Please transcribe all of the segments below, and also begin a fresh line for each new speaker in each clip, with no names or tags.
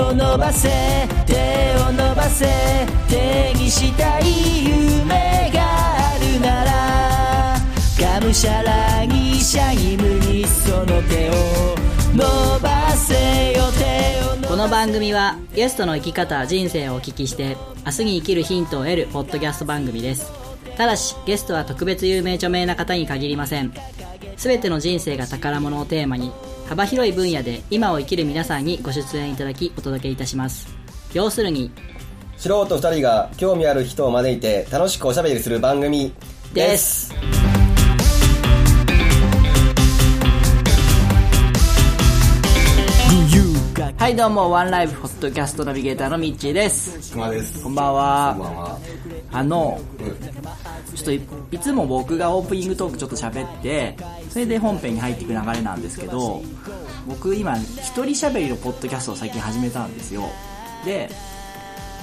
を伸ばせ手を伸ばせ手にしたい夢があるならがむしゃらにシャイムにその手を伸ばせよ手を伸ばせ
この番組はゲストの生き方人生をお聞きして明日に生きるヒントを得るポッドキャスト番組ですただしゲストは特別有名著名な方に限りません全ての人生が宝物をテーマに幅広い分野で今を生きる皆さんにご出演いただきお届けいたします要するに
素人二人が興味ある人を招いて楽しくおしゃべりする番組
ですはいどうもワンライフホットキャストナビゲーターのミッチーです
熊です
こんばんは
こんばんは
あのちょっといいつも僕がオープニングトークちょっと喋ってそれで本編に入っていく流れなんですけど僕今一人喋りのポッドキャストを最近始めたんですよで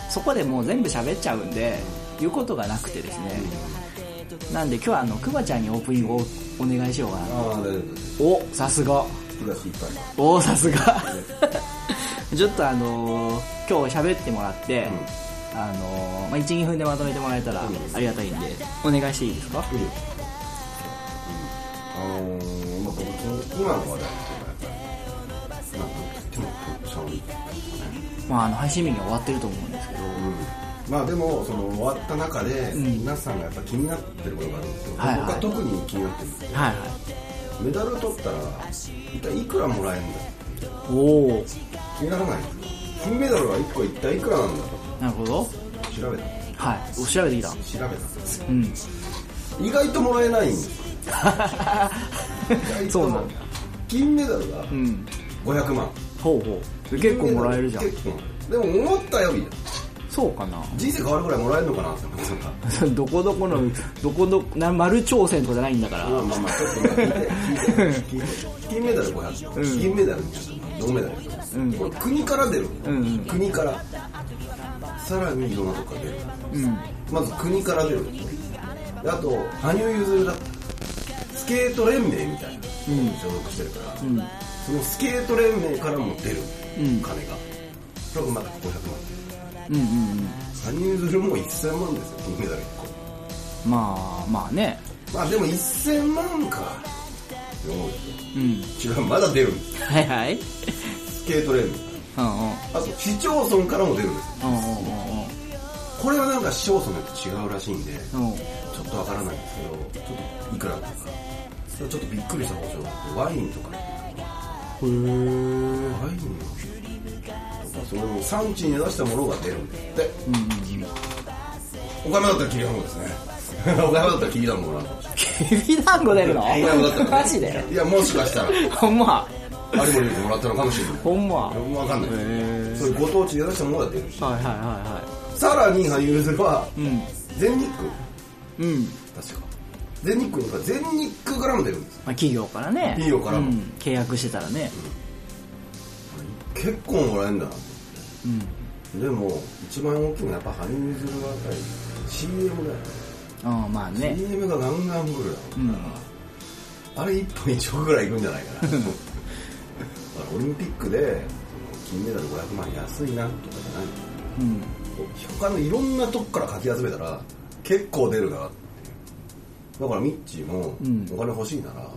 そこでもう全部喋っちゃうんで言うことがなくてですねなんで今日はあのくまちゃんにオープニングをお願いしようかな
ああ大丈夫
おさすが
ですいっぱい
おおさ すがちょっとあのー今日喋ってもらって、あのーまあ、12分でまとめてもらえたらありがたいんで、お願いしていいですか、
あのー、まあ、僕今の話題っていうのはやっぱり、なんかでもトップ3
まあ、あの配信日には終わってると思うんですけど、
まあでもその終わった中で皆さんがやっぱ気になってることがあるんですよ、
はいはい
僕は特に気になってるんですよ
はいはい
メダル取ったら一体いくらもらえるんだ
おお
気にならないですか金メダルは1個一体いくらなんだ
なるほど
と調べた
はいお調べてきた
調べたんですよ
うん
意外ともらえないんですよ意外と
そうなんだ
金メダルが
うん
500万、
ほうほう結構もらえるじゃん
結構でも思ったより
そうかな
人生変わるぐらいもらえるのかなって思ってた
どこどこのどこどこな丸挑戦とかじゃないんだから、
まあまあ まあ、ちょっとまあ聞いて、聞いて、聞いて。金メダル500、銀メダル200、銅メダル
うん
100。これ国から出る
うんうん
国から。さらにいろんなとこから出る。
うん
まず国から出る。であと、羽生結弦だった。スケート連盟みたいなのに所属してるから、
うん
そのスケート連盟からも出る、
うん
金が。それがまだ500万。
うんうんうん
羽生結弦も1000万ですよ、金メダル1個。
まあまあね
まあでも1000万か。って思うで
うん
しょ違う、まだ出るんです。
はいはい
スケートレール。
うんうん
あと、市町村からも出るんですよ。
うん
これはなんか市町村によって違うらしいんで、ち
うん うんうん
ょっとわからないんですけど、ちょっといくらとか、ちょっとびっくりした報酬があって、ワインとか、ワインとか、その産地に出したものが出るんですって。お金だったらきり団子ですね。 お金だったらきり団子もらうかもしれない。
きびだんご出る の
きり団子だったら、
マジで
いや、もしかしたら、
ほんま
有森にもらったのかもしれない。
ほんまはい
わかんないです。そういうご当地で出したものが出るし。
はいはいは
さらに羽生結弦は、
いうん
全日
うん、
空確か全日空には全日空からも出るんですよ
まあ、企業からね
企業からも
うん、契約してたらね
結構もらえるんだな
うん
でも一番大きいのはやっぱ羽生結弦がやっぱり CM だよね
ああまあね
CM がガンガン来るだろう
うん
あれ1本1億ぐらいいくんじゃない かなだからオリンピックでその金メダル500万安いなとかじゃない
うん
他のいろんなとこからかき集めたら結構出るなっていうだからミッチーも
ん
お金欲しいなら、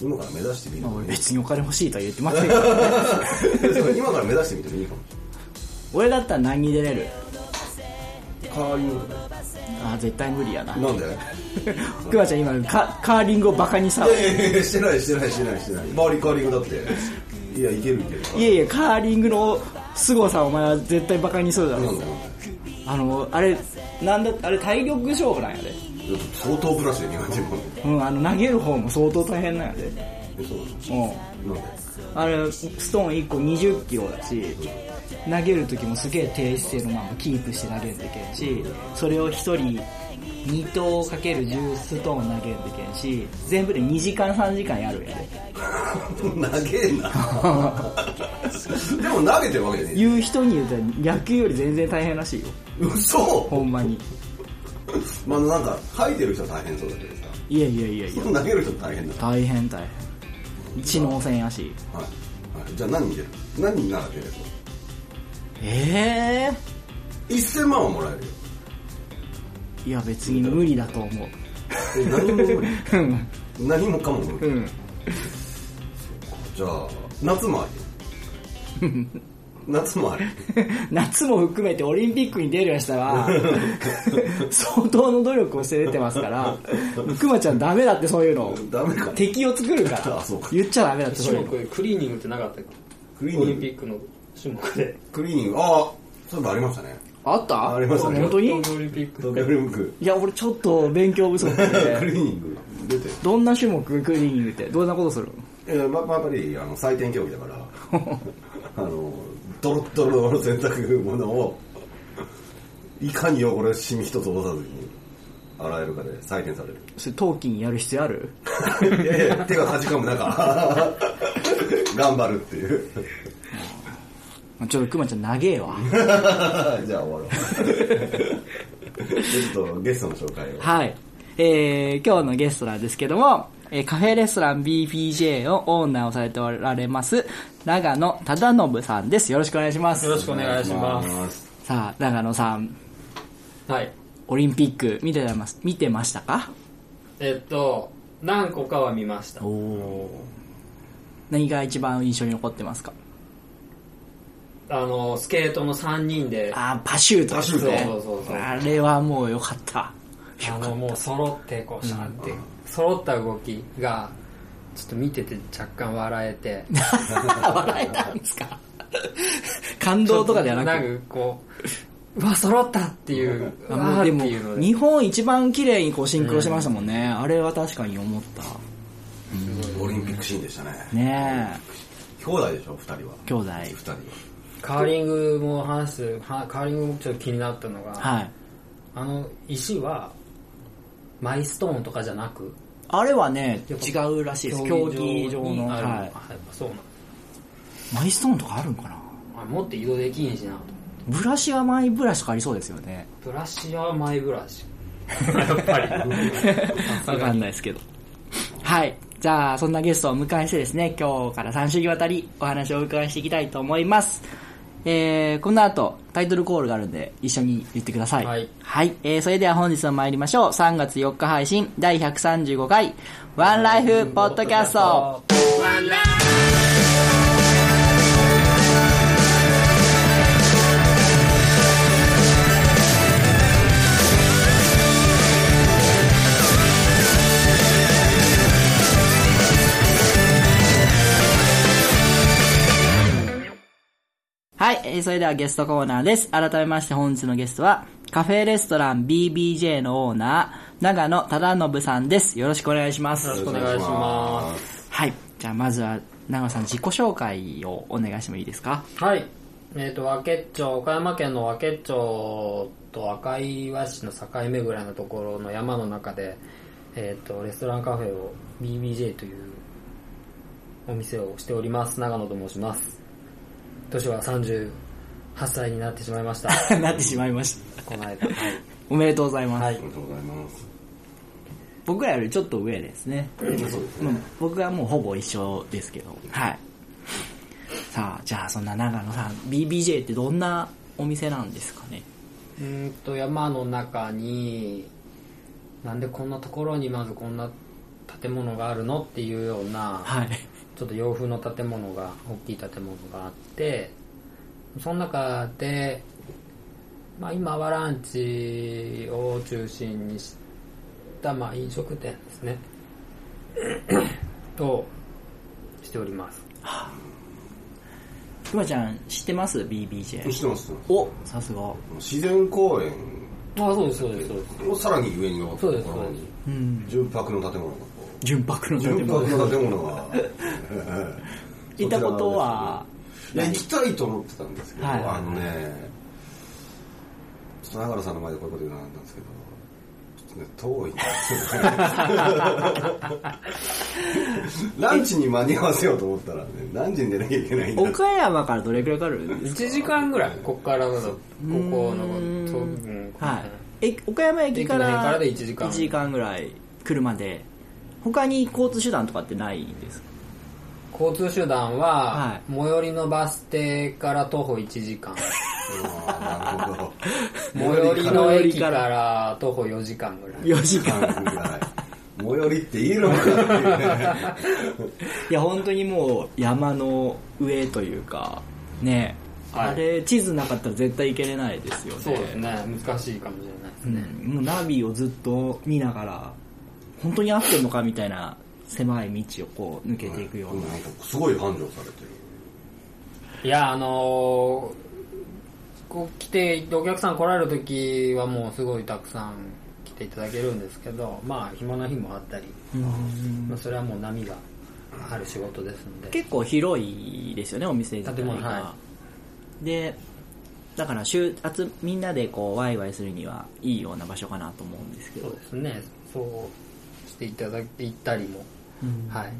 今から目指してみる
まあ
の
俺
いい
別にお金欲しいとは言ってませんけどね
そう今から目指してみてもいいかもし
俺だったら何に出れる
れない。カーリング
ああ絶対無理やな
なんで
くまちゃん今カカーリングをバカにさ
いやいやいや、してないしてないしてないしてない。周りカーリングだって。いや、いけるいける。
いやいやカーリングの凄さをお前は絶対バカにそうだ
な
ろ
んだなんだ
あのあれなんだあれ体力勝負なんやで
相当プラスで苦手もんで。
うんあの投げる方も相当大変なんやで
えそう
うん
なんで
あれストーン1個20キロだし投げる時もすげえ低姿勢のままキープして投げんといけんしそれを1人2投かける10ストーン投げんといけんし全部で2時間3時間やるんやで
投げんな。でも投げてるわけじゃね
言う人に言うたら野球より全然大変らしいよ
え。嘘
ほんまに
まあなんか、吐いてる人は大変そうだけどさ。
いやいやいやいや
投げる人大変だ。
大変大変知能戦やし
はい。はい、じゃあ何に出る何になら出る
え
1000万はもらえるよ
えいや別に無理だと思う
え何も無理
うん
何もかも無
う
理
ん
じゃあ夏もあり夏もあり
夏も含めてオリンピックに出る人は 相当の努力をして出てますからくまちゃんダメだってそういうの
ダメか
敵を作るか
あ
ら
そうか
言っちゃダメだってそう
種
いうの
目クリーニングってなかったっ
クリ
け
ー
オ
ニ
リ
ン
ン
グ
ピックの種目で
クリーニングああそういえばありましたね
あった
ありましたね
本当に
東京オリンピック
東京オリンピック
いや俺ちょっと勉強不足
ク
で
リーニング出て
どんな種目クリーニングってどんなことする
えーままあやっぱりあの採点競技だからあのドロッドロの洗濯物をいかに汚れシミ一つ落とさずに洗えるかで採点される
それ陶器にやる必要ある
いやいや、手がかじかむ中、頑張るっていう。
ちょっとくまちゃん長えわ
じゃあ終わろう。ちょっとゲストの紹介を。
はいえー、今日のゲストなんですけどもえーカフェレストラン BPJ のオーナーをされておられます長野忠信さんですよろしくお願いします
よろしくお願いします
す。
さあ長野さん
はい
オリンピック見てます見てましたか
えっと何個かは見ました
何が一番印象に残ってますか
あのスケートの3人で
あ
あ
あパシュートですね
パシュートそうそうそう
あれはもうよかった
のもう揃ってこうシャンって揃った動きがちょっと見てて若干笑えて
笑えたんですか感 動とかではなく
んかこううわ揃ったっていうう
あ
わ
の
ー
で
っ
も
ていうので
日本一番綺麗にこうシンクロしてましたもんね、あれは確かに思っ
オリンピックシーンでしたね。
たね
兄弟でしょ、二人は。
え兄弟
二人は。
カーリングも話すはカーリングもちょっと気になったのが、
はい
あの石はマイストーンとかじゃなく
あれはね
やっぱ
違うらしいです競技場の、
にある
は
あやっぱそうなん
い、マイストーンとかあるんかな
あもっと移動できんしなと
ブラシはマイブラシとかありそうですよね
ブラシはマイブラシ やっぱり
わかんないですけど。はい。じゃあ、そんなゲストをお迎えしてですね、今日から3週にわたりお話をお伺いしていきたいと思います。えー、この後、タイトルコールがあるんで、一緒に言ってください。
はい
えー、それでは本日も参りましょう。3月4日配信、第135回、ワンライフポッドキャスト。はい、えーそれではゲストコーナーです。改めまして本日のゲストは、カフェレストラン BBJ のオーナー、長野忠信さんです。よろしくお願いします。よろ
しくお願いします。
はい、じゃあまずは、長野さん自己紹介をお願いしてもいいですか
はいえっ、と和気町岡山県の和気町と赤岩市の境目ぐらいのところの山の中で、えっとレストランカフェを BBJ というお店をしております長野と申します年は38歳になってしまい ました
なってしまいまし
この間はい
た。おめでとうございます。
はい
ありがとうございます。
僕らよりちょっと上ですね。
そうですね。
僕はもうほぼ一緒ですけど。はい。さあ、じゃあそんな長野さん、BBJ ってどんなお店なんですかね
うーんと山の中になんでこんなところにまずこんな建物があるのっていうような
はい。
ちょっと洋風の建物が大きい建物があってその中で、まあ、今はランチを中心にした、まあ、飲食店ですねとしております
くまちゃん知ってます ?BBJ。
知ってます、知ってま
おさすが
す自然公園
あそうですそうですそうです
をさらに上に登ったところ
そう
に
で、
純白の建物が こ
純白の
う。
建
純
物
白の建物が。
行ったことは、
いや行きたいと思ってたんですけど、
はい
あのねちょっと長野さんの前でこういうこと言うのはなんなんですけどちょっとね 遠いんですよねランチに間に合わせようと思ったらね何時に出なきゃいけないんだ
岡山からどれくらいかかるんです
1時間ぐらいここからだとここのそううん
かはい。え、岡山駅から、
駅の辺からで一時間
一ぐらい、車で。他に交通手段とかってないんですか
交通手段
は、
はい最寄りのバス停から徒歩1時 間。
あーなるほど。
最寄りの
最寄り
駅
か
からら徒歩4時間ぐらい。
4時間。
最寄りって言えるのかって
いや、本当にもう山の上というか、ね、
はい
あれ、地図なかったら絶対行けれないですよね。
そうですね、難しいかもしれないです
うん
ね。
もうナビをずっと見ながら、本当に合ってるのかみたいな狭い道をこう抜けていく
いう
よ
ね
うな。
なんかすごい繁盛されてる。
いや、あのーこう来て、お客さん来られる時はもうすごいたくさん来ていただけるんですけど、まあ、暇な日もあったり、まあ、それはもう波がある仕事ですので。
結構広いですよね、お店自体
建
が。
物は
で、だから集集みんなでこうワイワイするにはいいような場所かなと思うんですけ
そう
ど
で、すね、そうしていただいていったりも、
うん
はい。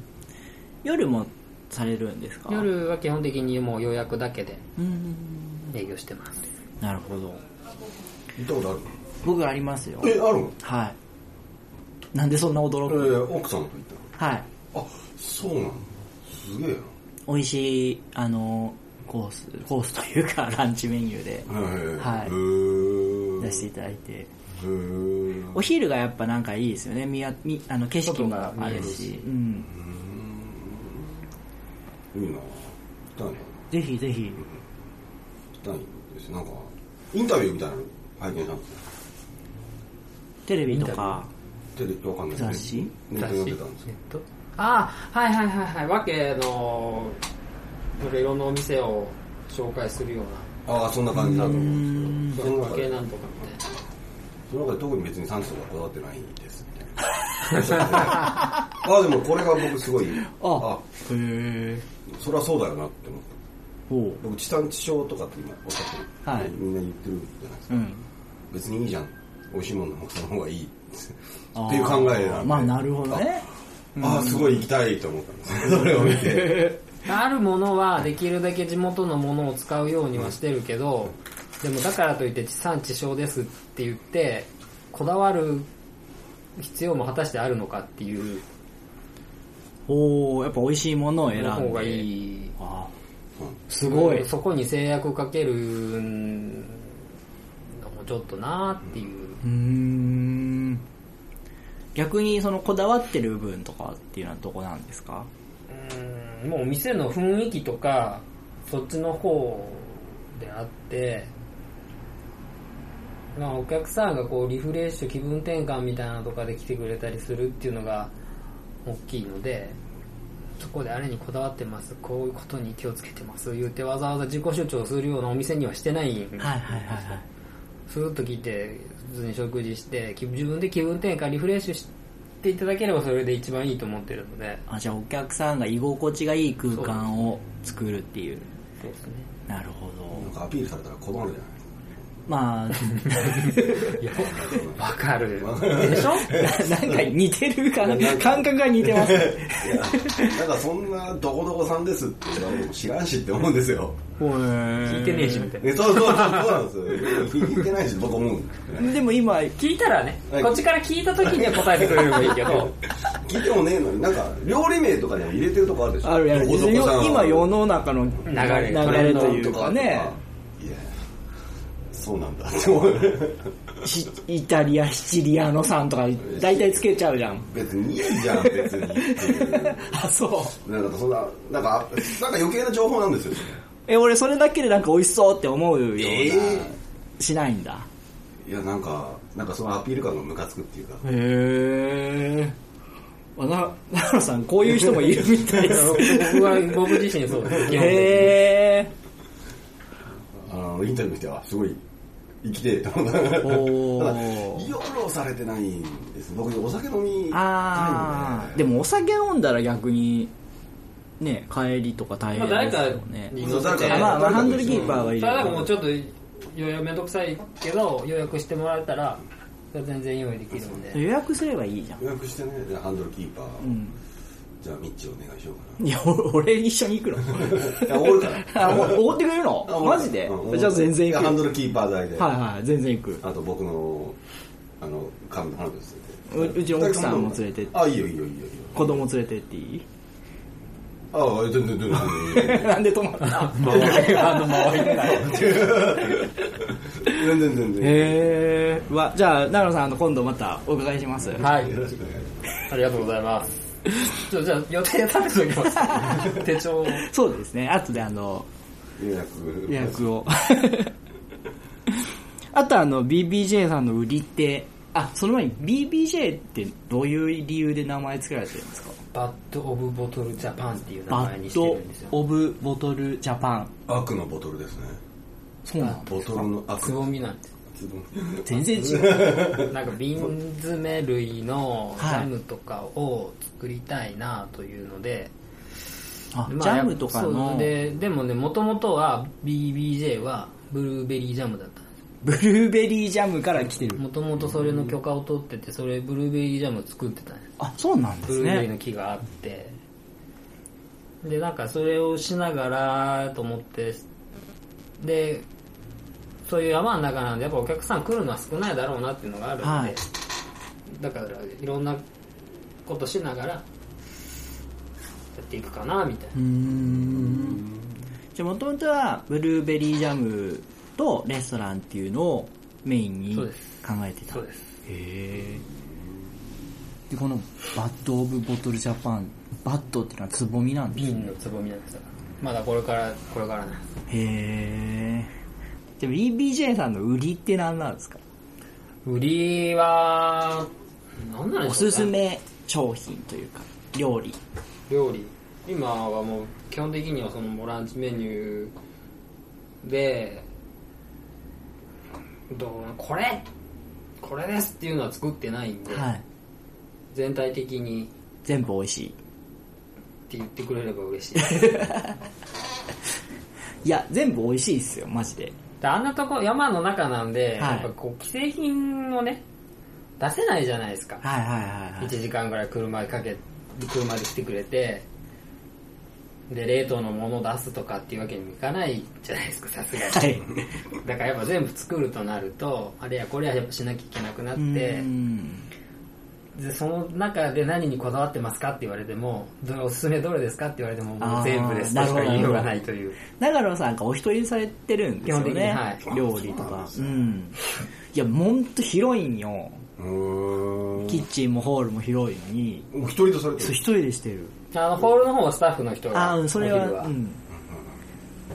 夜もされるんですか
夜は基本的にもう予約だけで
うん
営業してます。
なるほど
行ったこ
僕ありますよ
とあるえ、あるの
はいなんでそんな驚
え
く、
ー奥さんと行っ
はい
たのあ、そうなのすげえ
美味しいあのコースコースというか ランチメニューで
な。へ
はい
へー
出していただいて
へー
お昼がやっぱなんかいいですよねみやみあの景色も
外が
あ
見
る
えるし
し、うん、
いいな。来たね。
ぜひぜひ
来たんです。なんか、インタビューみたいなの拝見したんですよ。
テレビとか
テレビわかんない
雑誌
ネットに載ってたんです
え
よ
っ。と、ああ、はいはいはいはい、わけの、なんかいろんなお店を紹介するよう
ああ、そんな感じだと思うんですけど。
な、
その
わ
中
け
で
なんとかみたいな。
その中で特に別に産地とかこだわってないですみ たいな。ああ、でもこれが僕すごい、
あ
あ
へえ
そりゃそうだよなって思った。
ほ
僕、地産地消とかって今おっしゃってる、
はい
みんな言ってるじゃないです
う
か。
うん
別にいいじゃん。美味しいものの方の方がいいっ
あー
ていう考えなんで。
まあなるほどね
ああ、すごい行きたいと思ったんです。それを見て。
あるものはできるだけ地元のものを使うようにはしてるけど、でもだからといって地産地消ですって言って、こだわる必要も果たしてあるのかっていう
おおやっぱ美味しいものを選んで
の方がいい。
あ
うん
すごい
そこに制約かけるのもちょっとなーっていう。
うーん逆にそのこだわってる部分とかっていうのはどこなんですか
うーんもう店の雰囲気とかそっちの方であって、まあ、お客さんがこうリフレッシュ気分転換みたいなのとかで来てくれたりするっていうのが大きいのでそこであれにこだわってますこういうことに気をつけてます言ってわざわざ自己主張するようなお店にはしてないんで
はいはいはいはい
スーッと来て普通に食事して気自分で気分転換リフレッシュしていただければそれで一番いいと思ってるので
あじゃあお客さんが居心地がいい空間を作るっていう
そうですね
なるほど
なんかアピールされたら困るじゃない
ま あ
わかる。でしょ
なんか似てる感感覚が似てます
ですか。いや、なんかそんなどこどこさんですって言われても知らんしって思うんですよ。
聞
聞
いてねえし、みたい
え、そうそうそうそうなんですよ。聞いてないし僕思うんですよね。
でも今
な。聞いたらね、
はい
こっちから聞いた時には答えてくれればいいけど、
聞いてもねえのに、なんか、料理名とかにも入れてるとこあるでしょ
あるある
どこどこさん
今世の中の流
れ
れというかね。
いや、そうなんだって思う。
シイタリアシチリアのさんとか大体つけちゃうじゃん
別にいいじゃん、別にっていう。
あそう
なんかそんな、なんか、なんか余計な情報なんですよ。
え俺それだけでなんか美味しそうって思うような、
え
しないんだ
いや、なんか、なんかそのアピール感がムカつくっていうか。
へえな奈良さんこういう人もいるみたい です
僕は、僕自身そうです。基本的に
へえ
あの、インタビューしては、すごい、生きてえと思った。ただ、
おー
ろされてないんです。僕、お酒飲みた
あ
いん
あでもお酒飲んだら逆にね帰りとか大
まあ
変
誰
ですよ
か
ね
に
そう
乗
誰
せて、
か
あ
ま
ま
あ
あまあハンドルキーパーはい
それ
る
はもうちょっと、予約めんどくさいけど、予約してもらえたら、それは全然用意できるんで。
予約すればいいじゃん
予約してね、じゃあハンドルキーパー、
うん
じゃあミッチお願いしようかな。
いやお俺一緒に行くの
いや、おるから。
あおおごってくれる
あ
の
おるから
マジで
うん
じゃあ全然
い
行
や
く
ハ
よ
ンドルキーパー代で。
はいはい全然行く
あと僕の、あの、神の花です
ううちの奥さんも連れてって
あ、いいよいいよいいよいいよ。
子供連れてっていい
ああ、全然全然全然。
なんで止まった
あの周りにない
全然全然。
へえわじゃあ長野さんあの今度またお伺いします
はい
よろしくお願いします。
ありがとうございますちょじゃあ予定立てときます手帳を
そうですね後であの
予約。
予約をあとあの BBJ さんの売りってあその前に BBJ ってどういう理由で名前付けられてるんですか
バッド・オブ・ボトル・ジャパンっていう名
バ
前に
ッ
して
ド
るんですよ
オブボトルジャパン
悪のボトルですね。
そうなんだ
ボトルの悪。
つぼみなんです
全然違う
なんか瓶詰め類のジ
はい
ャムとかを作りたいなというので、
あ
まあ
ジャムとか
そう
の
ででもねもともとは BBJ はブルーベリージャムだったんです
ブルーベリージャムから来てる
もともとそれの許可を取っててそれブルーベリージャム作ってたんです
あそうなんで
ブ
す
ルーベリー
ね
の木があってでなんかそれをしながらと思ってでそういう山の中なんでやっぱお客さん来るのは少ないだろうなっていうのがあるんで、
はい
だからいろんなことしながらやっていくかなみたいな
うーんじゃあもともとはブルーベリージャムとレストランっていうのをメインに
そ
考
うです
えてた
そうです
へえでこのバッド・オブ・ボトル・ジャパンバッドっていうのはつぼみなんです
瓶のつぼみなんですよまだこれからこれからね
へえじゃあ BBJ さんの売りって何なんですか
売りは何なんでしょうね
おすすめ商品というか料理
料理今はもう基本的にはそのボランチメニューでどうこれこれですっていうのは作ってないんで、
はい
全体的にって
全部美味しい
言ってくれれば嬉しいで
いや全部美味しいっすよマジで
あんなとこ山の中なんで、
はい
やっぱこう既製品をね出せないじゃないですか
はいはいはいはい
1時間ぐらい車でかけ車で来てくれてで冷凍のもの出すとかっていうわけにもいかないじゃないですかさすがに、
はい
だからやっぱ全部作るとなるとあれやこれややっぱしなきゃいけなくなっ
う
て
ーん
でその中で何にこだわってますかって言われてもどれおすすめどれですかって言われてもも
あー
う全部ですとしか言いようがないという
長野さんがお一人されてるんですよね
基本的に
料理とかうんいやもんと広いんよ
うーん。
キッチンもホールも広いのに
お一人とされて
そう
る
一人でしてる
あのホールの方はスタッフの人が
ああそれ
お昼
はうん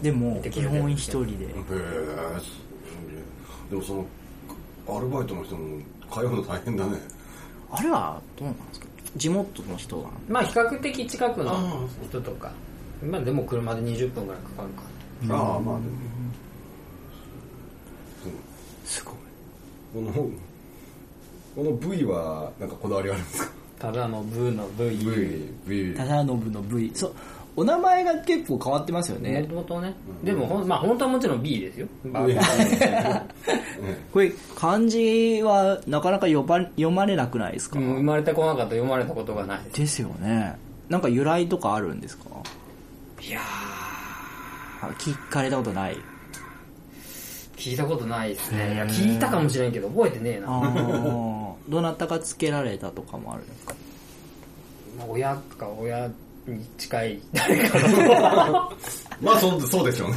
でも
て
基
くれてる
本一人で
へーすでもその、アルバイトの人も通うの大変だね。
あれはどうなんですか地元の人は
まあ比較的近くの人とかまあでも車で20分ぐらいかかるか
ああ、まあでも。
すごい
この、この部位は、なんかこだわりあるんですか
ただのブーのブ
部
ー
位、部位。
忠信の V そうお名前が結構変わってますよ
も
ね
ともとね、でもほん、まあ、本当はもちろん B ですよ。
これ漢字はなかなか呼ば読まれなくないですか、
もう生まれてこなかったら読まれたことがないです
ですよねなんか由来とかあるんですか
いや
あ聞かれたことない
ー、聞いたことないですね。いや、聞いたかもしれんけど、覚えてねえ
あ
な。
あ どなたがつけられたとかもあるんですか
親とか親に近い誰か の。
まあそう、そうですよね。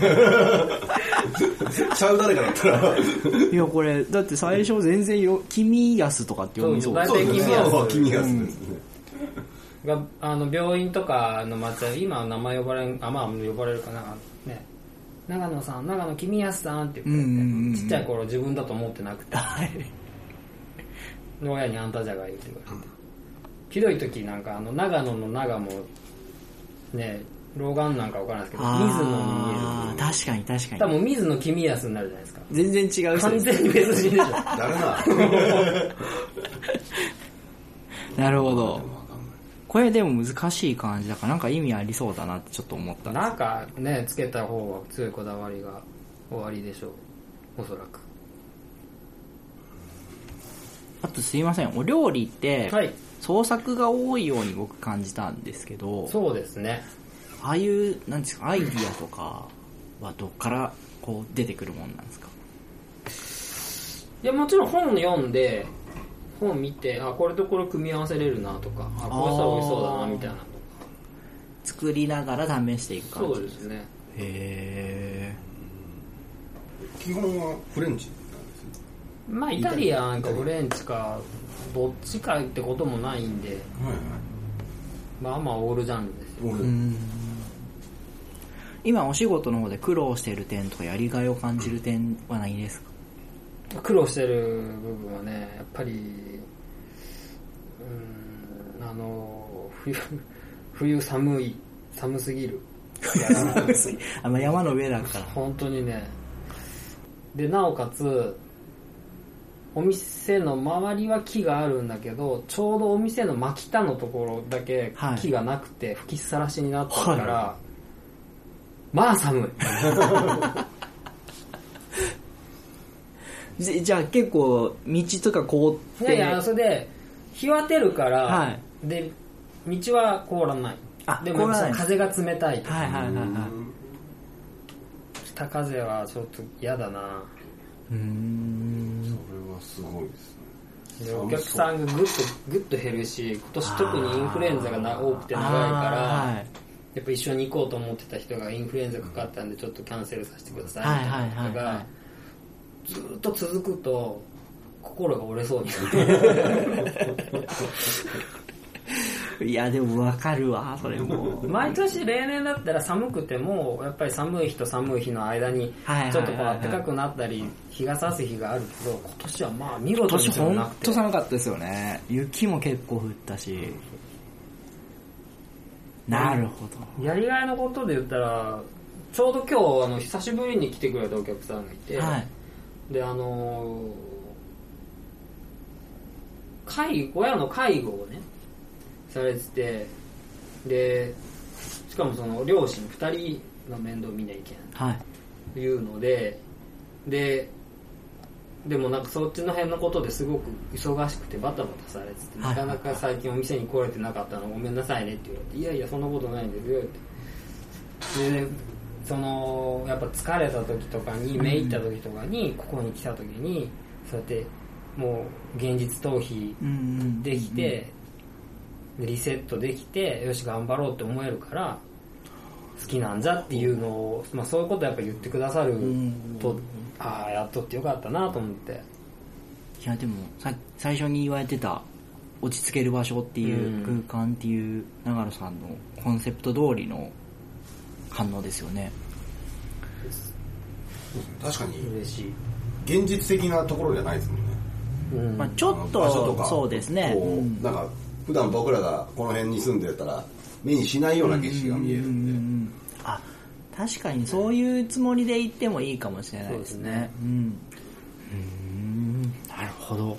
ちゃう誰かだったら。
いやこれだって最初全然よ「君安」とかって読みそう
大
そう
体
ですね。
君安
そう君安ですね。
が、あの、病院とかの町は、今は名前呼ばれん、あ、まあ、呼ばれるかな。ね。長野さん、長野君安さんって言われて、
うんうんうんうん
ちっちゃい頃自分だと思ってなくて、
はい
で親にあんたじゃが言って言われて。ひどい時なんか、あの、長野の長も、ね、老眼なんかわからないですけど、水野に見える。
あー確かに確かに
多分水野君安になるじゃないですか。
全然違う人
完
です
全に別 人でしょ。
誰な
なるほどこれでも難しい感じだからなんか意味ありそうだなってちょっと思った
なんかね、つけた方は強いこだわりが終わりでしょう。おそらく。
あとすいませんお料理って
はい。
創作が多いように僕感じたんですけど
そうですね。
ああいうなんですかアイディアとかはどっからこう出てくるもんなんですか
いや、もちろん本読んで、本見て、あ、これとこれ組み合わせれるなとか、あ、こうしたら美味しそうだな、みたいなとか。
作りながら試していく感
そ
じ
うですね
へ
基本はフレンチなんですね
まあイタリアンかフレンチかどっちかってこともないんで
はいはい
まあまあオールジャンルですよ
俺
今お仕事の方で苦労してる点とかやりがいを感じる点はないですか
苦労してる部分はねやっぱりうーんあの冬 冬寒い寒す ぎる
あの山の上だから
本当にねでなおかつお店の周りは木があるんだけどちょうどお店の真北のところだけ
はい
木がなくて吹きさらしになってるから、
は
まあ寒い
じじゃあ結構道とか凍って
いやいやそれで日は出るから、
はい
で道は凍らない
あ
で
凍
も
らない
風が冷たいと
はいはいはいはい
北風はちょっと嫌だな
うーん
それはすごいですね
でお客さんがぐっとぐっと減るし今年特にインフルエンザがな多くて長いから、
あ
やっぱ一緒に行こうと思ってた人がインフルエンザかかったんでちょっとキャンセルさせてください
はい
みたいな
はい
の
はいは
が
い
ずーっと続くと心が折れそうになる
ーはいいやでもわかるわそれも
毎年例年だったら寒くてもやっぱり寒い日と寒い日の間に
はいはいはいはい
ちょっとこう暖かくなったり日が差す日があるけど今年はまあ見
今
事
年
に
ほ
寒なんくて
と寒かったですよね雪も結構降ったしなるほど
やりがいのことで言ったらちょうど今日あの久しぶりに来てくれたお客さんがいて、
はい
であのー介護親の介護をねされててでしかもその両親2人の面倒見なきゃいけない
はい
というのでででもなんかそっちの辺のことですごく忙しくてバタバタされてて
は
ないかなか最近お店に来れてなかったのごめんなさいねって言われて「いやいやそんなことないんですよ」ってでそのやっぱ疲れた時とかに目いった時とかにここに来た時にそうやってもう現実逃避
うんうん
できてリセットできてよし頑張ろうって思えるから好きなんじゃっていうのを、まあ、そういうことやっぱ言ってくださると、ああやっとってよかったなと思って
いやでもさ最初に言われてた落ち着ける場所っていう、
うん
空間っていう長野さんのコンセプト通りの反応ですよね
確かに
嬉しい、
現実的なところじゃないですもんね
うん
まあ、ちょっ
場所と
と
か
そうですね
こうなんか普段僕らがこの辺に住んでたら目にしないような景色が見えるんで、
うんあ確かにそういうつもりで行ってもいいかもしれないですね
そうですね
うんうーんなるほど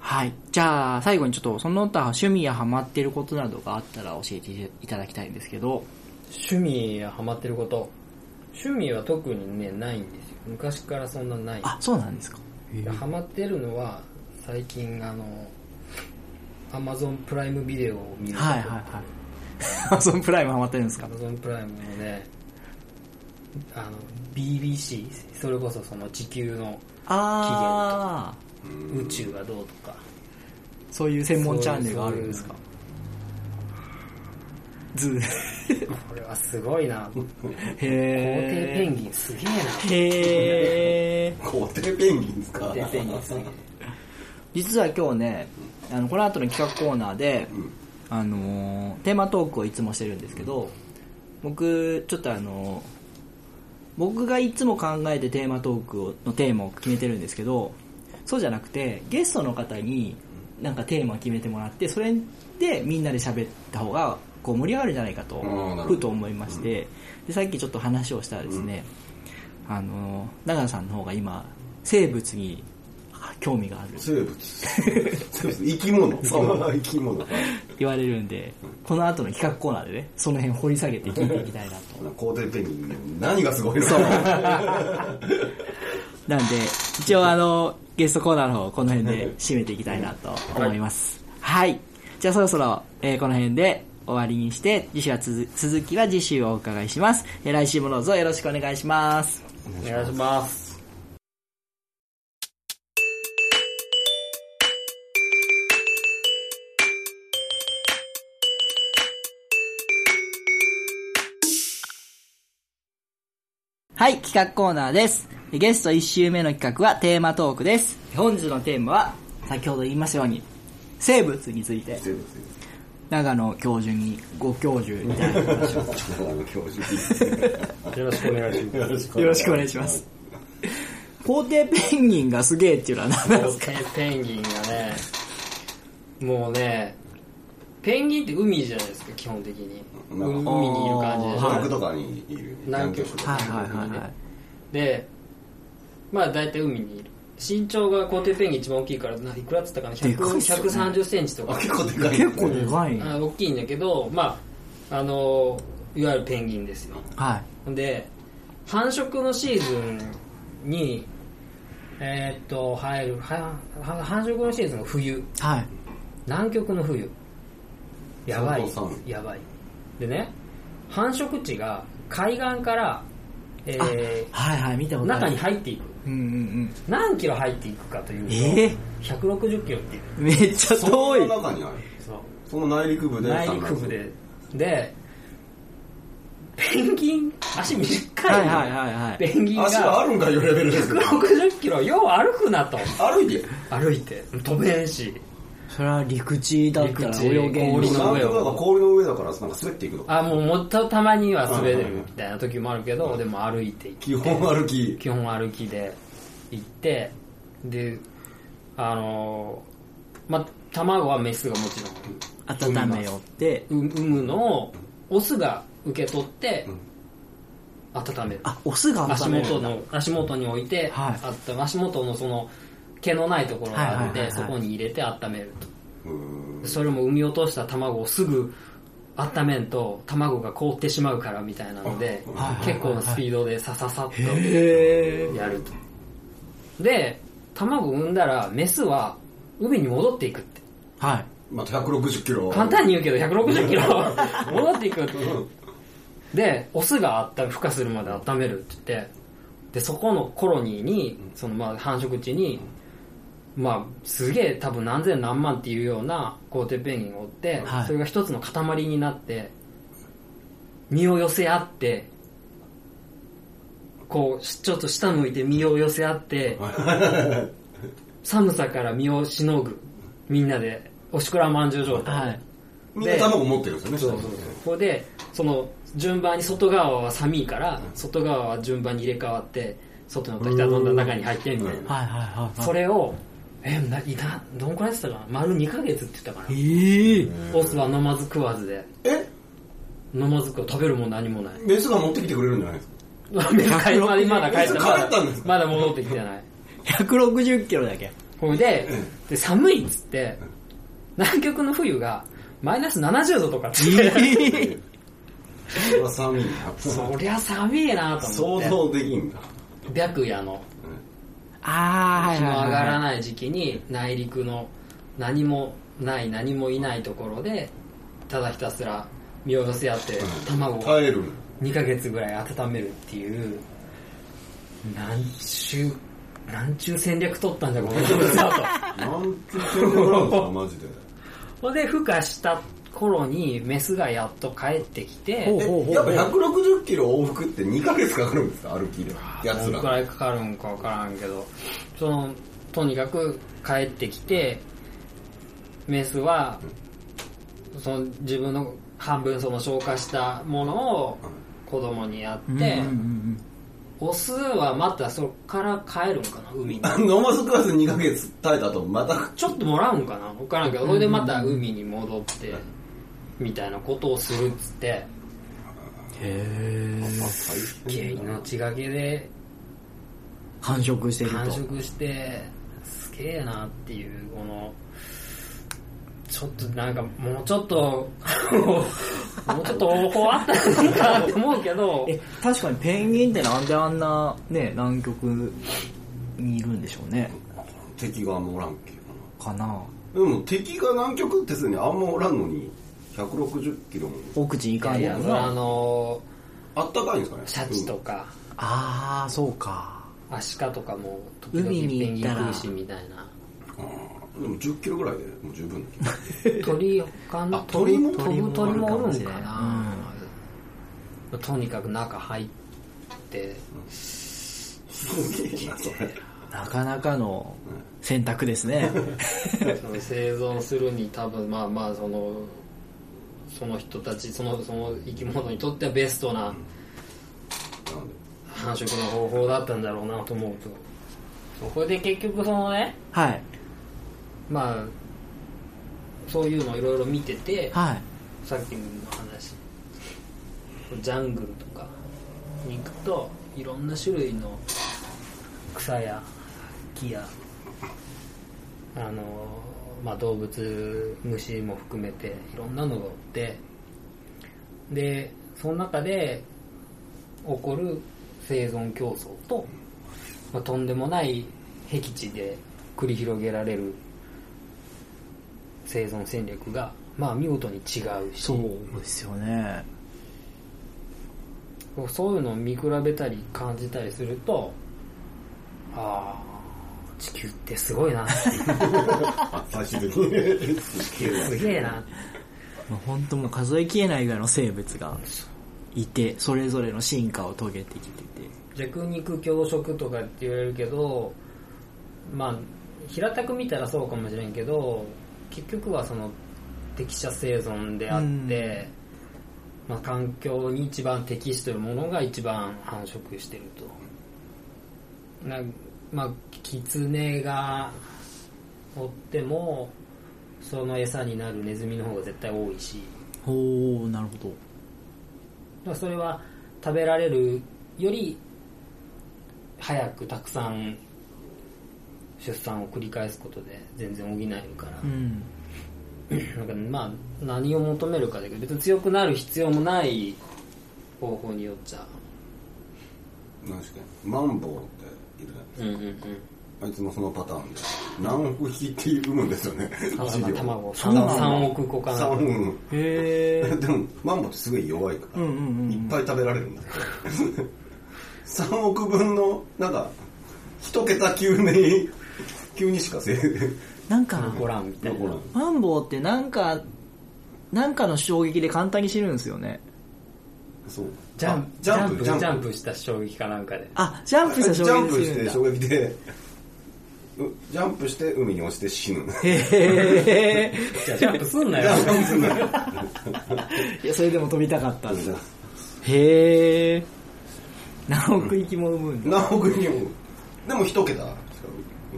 はいじゃあ最後にちょっとその他趣味やハマってることなどがあったら教えていただきたいんですけど
趣味やハマってること趣味は特にねないんですよ昔からそんなない
あそうなんですか
ハマってるのは最近あのアマゾンプライムビデオを見ること
はいはいはいアそのプライムハマってるんですか
アマゾンプライムのね、あの、BBC、それこそその地球の
ああ
宇宙がどうとか、
そういう専門チャンネルがあるんですかズー
これはすごいな。皇帝ペ
へ
ンギンすげ
え
え
へえ
こうてペンギンですか
な。皇帝ペンギンすげえ。
実は今日ねあのこの後の企画コーナーで、あのーテーマトークをいつもしてるんですけど僕ちょっとあのー僕がいつも考えてテーマトークをのテーマを決めてるんですけどそうじゃなくてゲストの方になんかテーマを決めてもらってそれでみんなで喋った方がこう盛り上がるんじゃないかと
あーなるほど
ふと思いましてでさっきちょっと話をしたらですね、あのー長野さんの方が今生物に興味がある
生物生物生き物そう生き物はい
言われるんで、この後の企画コーナーでね、その辺掘り下げて聞いていきたいなと。
皇帝ペンギン何がすごいの
そう
か。
なんで、一応あの、ゲストコーナーの方、この辺で締めていきたいなと思います。はい。じゃあそろそろ、えーこの辺で終わりにして、次週はつづ続きは次週お伺いします。えー来週もどうぞよろしくお願いします。
お願いします。
はい、企画コーナーです。ゲスト1週目の企画はテーマトークです。本日のテーマは、先ほど言いましたように、生物につい て、
生物
長野教授にご教授いただきましょう。
長野教授
よろしくお願いします。
よろし
よろしくお願いします。皇帝ペンギンがすげえっていうのは何なんで
皇
すか
帝ペンギンがねもうねペンギンって海じゃないですか基本的に海
まあ
海にいる感じでしょ
南極とかにいる
南極
と
は
か
いはいはい
はい。
でまあ大体海にいる身長が皇帝ペンギン一番大きいからないくらっつったかな
でかいっすよね
1 3 0ンチとか
あ結構でかい
結構でかい。
あ大きいんだけどまああのいわゆるペンギンですよ
はい。
で繁殖のシーズンにえーっと入るはは繁殖のシーズンが冬
はい。
南極の冬やばい
相当寒
やばいでね繁殖地が海岸から、え
はいはい、見た
ー
ことある。
中に。入っていく
うんうん
何キロ入っていくかというと、
え
160キロっていう
うん。めっちゃ遠い
そ。の中にある
そう
その内陸部で
内陸部ででペン ギン足短い,、
はいはいはいはい
ペンギン
足があ
が
るんかいうレベルですけど
160キロよう歩くなと
歩いて
歩いて飛べんし
それは陸地だった
陸
ら
地
泳げん
氷
し
の上を
南極だから氷の上だからなんか滑っていくの
あもうもっとたまには滑れるみたいな時もあるけど、でも歩いていく
基本歩き
基本歩きで行ってであのーまあ卵はメスがもち
温めよって。
ろんう産むのをオスが受け取って温める
あ、オスが
足
温める。
元の足元に置いて、
はい
あった足元のその毛のないところがあっ
はいはいはいは
て
い
そこに入れて温めると
うーん
それも産み落とした卵をすぐ温めんと卵が凍ってしまうからみたいなので結構なスピードでさささっと
へ
やるとで卵を産んだらメスは海に戻っていくって
ー。はい。
まあ160キロ
簡単に言うけど160キロ戻っていくってでオスがあった孵化するまで温めるって言ってでそこのコロニーにそのまあ繁殖地にまあすげえ多分何千何万っていうようなコーテペンギンがおって、
はい
それが一つの塊になって身を寄せ合ってこうしちょっと下向いて身を寄せ合って寒さから身をしのぐみんなでおしくらまんじゅう状態、
はい。
みんな卵持ってるんですよね
ここでその順番に外側は寒いから外側は順番に入れ替わって外の時はどんどん中に入ってみたいな
はいはいはい
そ
はい。
れをえないなどんくらいって言ったかな丸2ヶ月って言ったか
え
な
ー。
オスは飲まず食わずで
え
飲まず食う食べるも何 もない
メスが持ってきてくれるんじゃないですか
帰まだまだ帰って
帰
ま
ったんで
だ
すか
まだ戻ってきてない
160キロだけ。
ほいでで寒いっつって南極の冬がマイナス70度とかっつって
え
それは寒いな
そりゃ寒いなと
想
思って
像できんだ
白夜の
あー、はい
日の
は
上
い
が
は
ら
い。
ない時期に内陸の何もない何もいないところでただひたすら身を寄せ合って卵を
耐える
2ヶ月ぐらい温めるっていう何ちゅう何ちゅう戦略取ったんだこの人 は
なんて戦略なんですかマジで
とほんで孵化した頃にメスがやっと帰ってきて
ほうほう
えやっぱ160キロ往復って2ヶ月かかるんですか歩きでや
ど
つ
のく
ら
らいかかるんかわからんけどそのとにかく帰ってきてメスはその自分の半分その消化したものを子供にやって、オスはまたそっから帰るんかな海に
飲まず食わず2ヶ月耐えた後また
ちょっともらうんかな分からんけどそれでまた海に戻ってみたいなことをするっつってすっげえ命がけで
繁殖してると。
繁殖してすげえなっていうこのちょっとなんかもうちょっと もうちょっと方法あったのかなって思うけ ど
え、確かにペンギンってなんであんな、ね、南極にいるんでしょうね。
敵がもおらんけ
かな。
どなでも敵が南極ってすでにあんまおらんのに160キロも
奥地行
い
か
や
ん
い
や
や
ろ
それはあ
な。
の
あったかいんですかね
シャチとか
あー、そうか。
アシカとかも時々
海に
ペン
行っ
ギ
た
ン
ら
食うしみたいな
うんでも10キロぐらいでもう十分だ
鳥他の
あ鳥も
飛ぶ鳥もおるんか
鳥もおるかもしれ
なとにかく中入っって、
すげえな、それ。
なかなかの選択ですね。
その生存するに多分まあまあそのその人たちそのその生き物にとってはベストな
なんで
繁殖の方法だったんだろうなと思うとそこで結局そのね
はい。
まあそういうのいろいろ見てて
はい。
さっきの話ジャングルとかに行くといろんな種類の草や木やあの、まあ、動物虫も含めていろんなのがおってでその中で起こる生存競争と、まあ、とんでもない僻地で繰り広げられる生存戦略が、まあ、見事に違うし
そうですよね。
そういうのを見比べたり感じたりすると、ああ、地球ってすごいな、す
あ、最終的に。す げえな。
げえな。
本当もう数えきれないぐらいの生物がいて、それぞれの進化を遂げてきてて。
弱肉強食とかって言われるけど、まあ、平たく見たらそうかもしれんけど、結局はその適者生存であって、まあ、環境に一番適してるものが一番繁殖してると。なまあ、キツネがおっても、その餌になるネズミの方が絶対多いし、
ほう、なるほど。
まあそれは食べられるより早くたくさん出産を繰り返すことで全然補えるから、
うん。
なんかまあ何を求めるかだけど別に強くなる必要もない方法によっちゃ
何しかマンボウっているじゃない
うんうんうん
あいつもそのパターンで何億匹って産むんですよね
卵
飼料
卵
そうなんだ
3, 三億個かな
三うん
へえ。
でもマンボウってすごい弱いから、
うんうんうん
いっぱい食べられるんだって3億分のなんか一桁級に急にしかせ
なんか、
ご覧みたい
残
な
らん
マンボウってなんか、なんかの衝撃で簡単に死ぬんですよね。
そう
ジャ
あ
ンジャンプ
ジ
ジ
ャンプ
ャンプした衝撃かなんかで
あ、ジャンプした
ジ
衝
ャン
撃
プ
で死
し
ぬん
て
だ。
衝撃でうジャンプして海に落ちて死ぬ
へ
いやジャンプすんなよ
ーいや、それでも飛びたかったんだ。
何
へえ。何億匹も産むんだ。
億にもでも一桁しか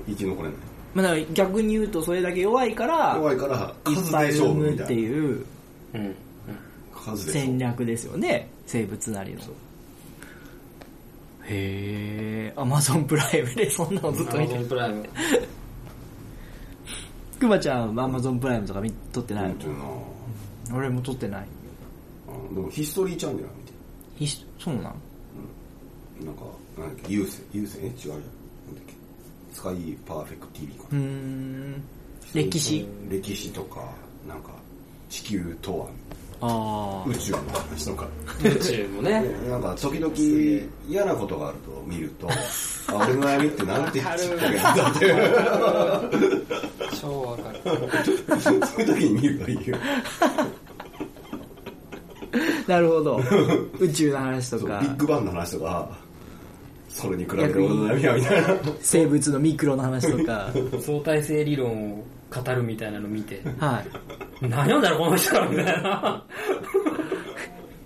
生き残れない
まあ、だから逆に言うとそれだけ弱いから、
怖いから
いっ
数で
ぱい
勝
産
負
む
み
ったて
いな
いう
うん
数で勝負
戦略ですよね。生物なりの。へえ。アマゾンプライムで そんなのずっ
ア
と
マ
見て
ゾン
る。
プライム
くまちゃんはアマゾンプライムとか見撮ってない
な
の
んていうの
俺も撮ってない。
かなあでもヒストリーチャンネルは見て
ひしそうなん
るなんかなんだっけ優勢優勢え違うじゃんなんだっけスカイパーフェクト TV か
うー
な、
ん。歴史。
歴史とかなんか地球とは
あ
宇宙の話 とか
宇宙もね
ねなんか時々嫌なことがあると見るとあ俺の悩みってなんてちっちゃいやつだって
超わかる
そういう時に見るといいよ
あ。なるほど。宇宙の話と
そうビ
か、
ッグバンの話とかそれに比べる俺の悩みはみたいな
生物のミクロの話とか。
相対性理論を語るみたいなの見て
はい。
何なんだろうこの人らみたいな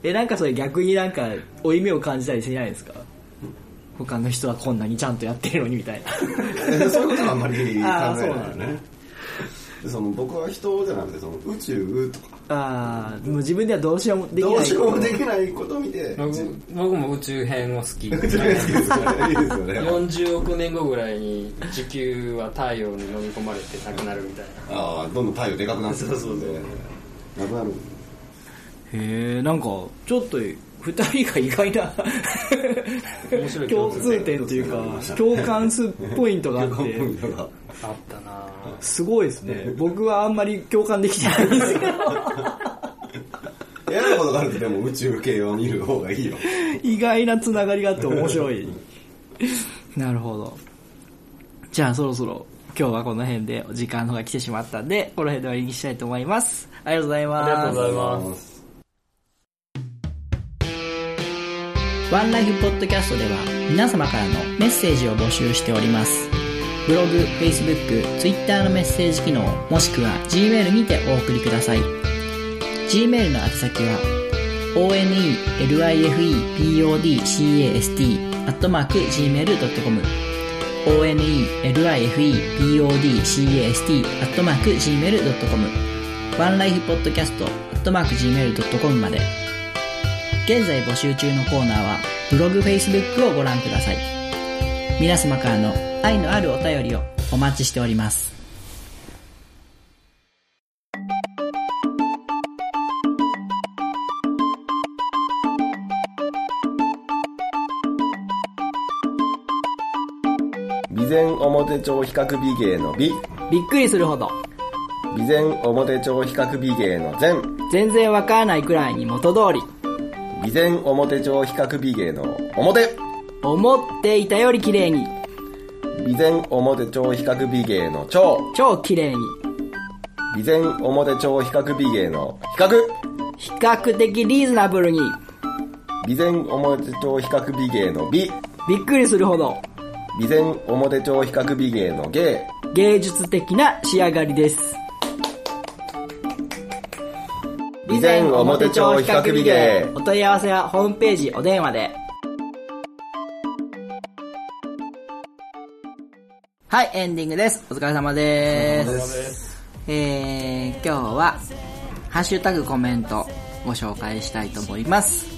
え、なんかそれ逆になんか、負い目を感じたりしないですか他の人はこんなにちゃんとやってるのにみたい な。
そういうことはあんまり考え
あー
な
そうな
いよ
んだ
ね。でその僕は人じゃなくてその宇宙とか
ああ、もう自分ではどうしようもできない。
どうしようもできないことを見て
僕僕も宇宙編を好 き
宇宙が好きですよねいい ですよね
40億年後ぐらいに地球は太陽に飲み込まれてなくなるみたいな
ああどんどん太陽でかくなってそうそうそうなくなる
へえ、なんか、ちょっと、二人が意外な
面白い
共
共
通
通
点
点
と
と
い
いうう
か
か、
共感するポイントがあっ
ポイ
て
ン、トが
あったなぁ
すごいですね。僕はあんまり共感できてないん ですけど、
嫌なことがあるとでも宇宙系を見る方がいいよ
意外なつながりがあって面白い。なるほど。じゃあそろそろ、今日はこの辺でお時間の方が来てしまったんで、この辺で終わりにしたいと思います。ありがとうございます。
ありがとうございます
ありがとうございます
ワンライフポッドキャストでは皆様からのメッセージを募集しております。ブログ、Facebook、Twitter のメッセージ機能、もしくは Gmail にてお送りください。Gmail の宛先は onelifepodcast アットマーク gmail.com onelifepodcast アットマーク gmail.com ワンライフポッドキャストアットマーク gmail.com まで現在募集中のコーナーはブログ、Facebook をご覧ください皆様からの愛のあるお便りをお待ちしております
備前表帳比較美芸の美。
びっくりするほど
備前表帳比較美芸の善。
全然わからないくらいに元通り
備前表帳比較美芸の表。
思っていたより綺麗に
備前表帳比較美芸の長。
超綺麗に
備前表帳比較美芸の比較。
比較的リーズナブルに
備前表帳比較美芸の美。
びっくりするほど
備前表帳比較美芸の芸。
芸術的な仕上がりです
備前表帳比較美芸。
お問い合わせはホームページお電話ではいエンディングですお疲れ様ですえー、今日はハッシュタグコメントご紹介したいと思います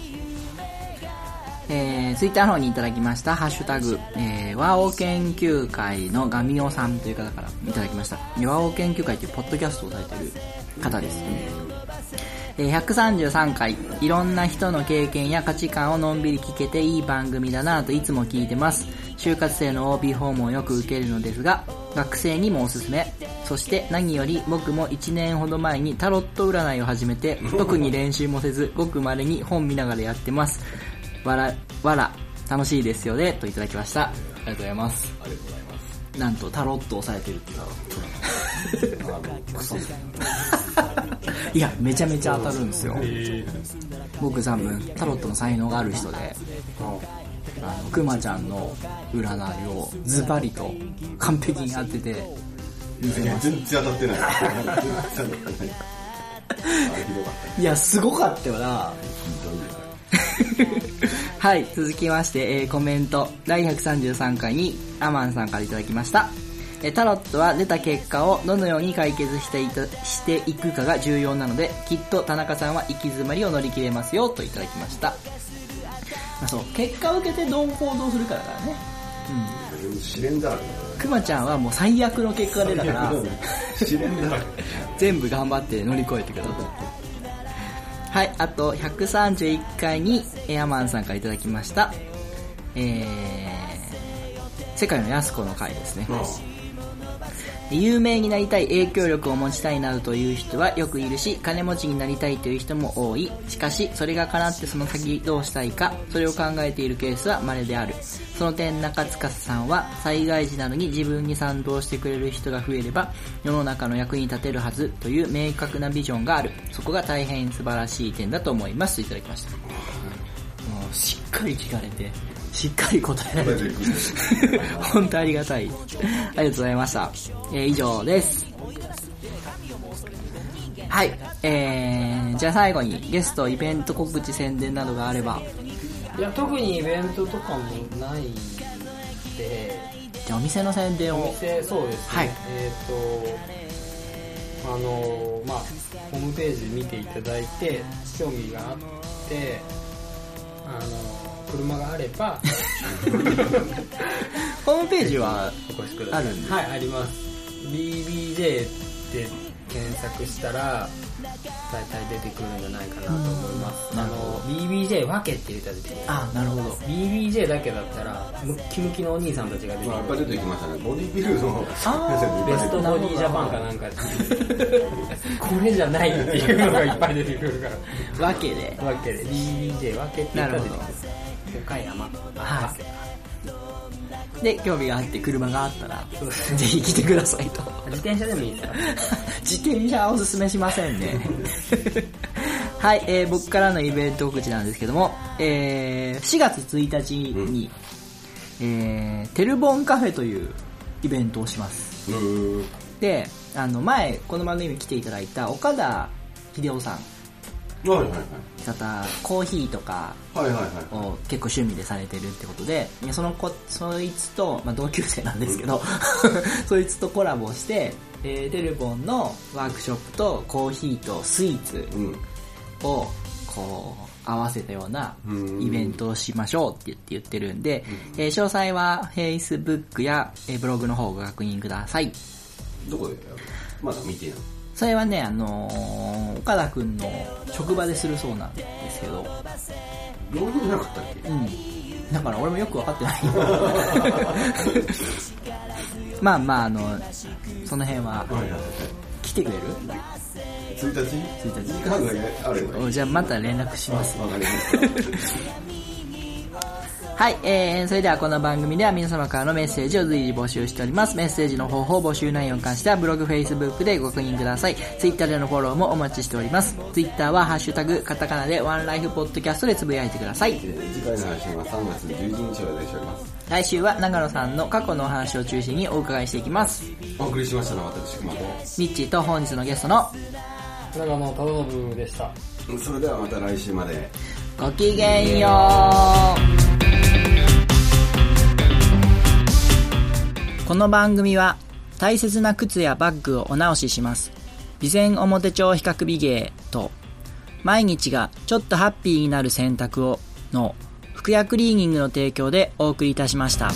えー、ツイッターの方にいただきました、ハッシュタグ、えー、和王研究会のガミオさんという方からいただきました。和王研究会というポッドキャストをされている方です。えー133回、いろんな人の経験や価値観をのんびり聞けていい番組だなぁといつも聞いてます。就活生の OB 訪問をよく受けるのですが、学生にもおすすめ。そして何より僕も1年ほど前にタロット占いを始めて、特に練習もせず、ごく稀に本見ながらやってます。わら、わら、楽しいですよね、といただきました。ありがとうございます。ありがとうございます。なんとタロットをされてるっていう。 いや、めちゃめちゃ当たるんですよ。僕多分、タロットの才能がある人で、あの、くまちゃんの占いをズバリと完璧に当てて、見せます。
全然当たってない。全然当たってない。あれひどかっ
いや、すごかったよな。はい、続きまして、えーコメント。第133回にアマンさんからいただきました。えータロットは出た結果をどのように解決していたしていくかが重要なので、きっと田中さんは行き詰まりを乗り切れますよ、といただきました。まあ、そう、結果を受けてどう行動するかだからね。
たね。試練だらけだね
くまちゃんはもう最悪の結果が出たから、
試練だらけ。
全部頑張って乗り越えてください。はい、あと131回にエアマンさんからいただきました。えー、世界の安子の回ですね。有名になりたい影響力を持ちたいなどという人はよくいるし金持ちになりたいという人も多いしかしそれが叶ってその先どうしたいかそれを考えているケースは稀であるその点中司さんは災害時などに自分に賛同してくれる人が増えれば世の中の役に立てるはずという明確なビジョンがあるそこが大変素晴らしい点だと思いますといただきましたもうしっかり聞かれてしっかり答えられる本当ありがたい。ありがとうございました。えー以上です。はい。えー、じゃあ最後にゲスト、イベント告知、宣伝などがあれば、
いや、特にイベントとかもないんで、
じゃあお店の宣伝
お
を。
店、そうですね。
はい
えっ、と、あの、まあ、ホームページ見ていただいて、興味があって、あの、車があれば、
ホームページは、
お越しください。
あるんで
はい、あります。BBJ で検索したら、大体出てくるんじゃないかなと思います。あの、BBJ 分けって入れたら出てくる。
あ、なるほど。
BBJ だけだったら、ムッキムキのお兄さんたちが出て
まあ、やっぱ
く
り
る。
出てきましたね。ボディビルの
あ
ベストボディジャパンかなんかでこれじゃないっていうのがいっぱい出てくるか
わけで。
ら。わけで、BBJ 分けって言ったら出てくる
なる。
岡山。
はで、興味があって車があったら、ぜひ来てくださいと。
自転車でもいいですか
自転車はおすすめしませんね。
はい、えー僕からのイベント口なんですけども、えー4月1日に、えーテルボンカフェというイベントをします。
うん
で、あの、前、この番組に来ていただいた岡田秀夫さん
はいはいはい
方、コーヒーとか
はいはいはい
を結構趣味でされてるってことで、いやその子、そいつと、まあ、同級生なんですけど、そいつとコラボして、えーテルボンのワークショップとコーヒーとスイーツ、
うん
をこう合わせたような
うん
イベントをしましょうって言って言ってるんで、えー詳細は Facebook や、えーブログの方をご確認ください。
どこでやるまだ見てない
それはね、あのー岡田くんの職場でするそうなんですけど、
どういうふうになかったっけ
うん。だから俺もよくわかってない。 まあまあ、あの、その辺は
はいはいは
来てくれる
い1日
1日
時間がねあるよね
おじゃあまた連絡します。
わかりました
はい、えー、それではこの番組では皆様からのメッセージを随時募集しております。メッセージの方法、募集内容に関してはブログ、Facebook でご確認ください。Twitter でのフォローもお待ちしております。Twitter はハッシュタグ、カタカナでワンライフポッドキャストでつぶやいてください
え。ー 次回の配信は3月11日を予定しております
来週は長野さんの過去のお話を中心にお伺いしていきます。
お送りしましたのは私熊と
ミッチーと本日のゲストの
長野忠信でした。
それではまた来週まで
ごきげんよう。この番組は大切な靴やバッグをお直しします。備前表帳比較美芸と毎日がちょっとハッピーになる選択をの服薬クリーニングの提供でお送りいたしました。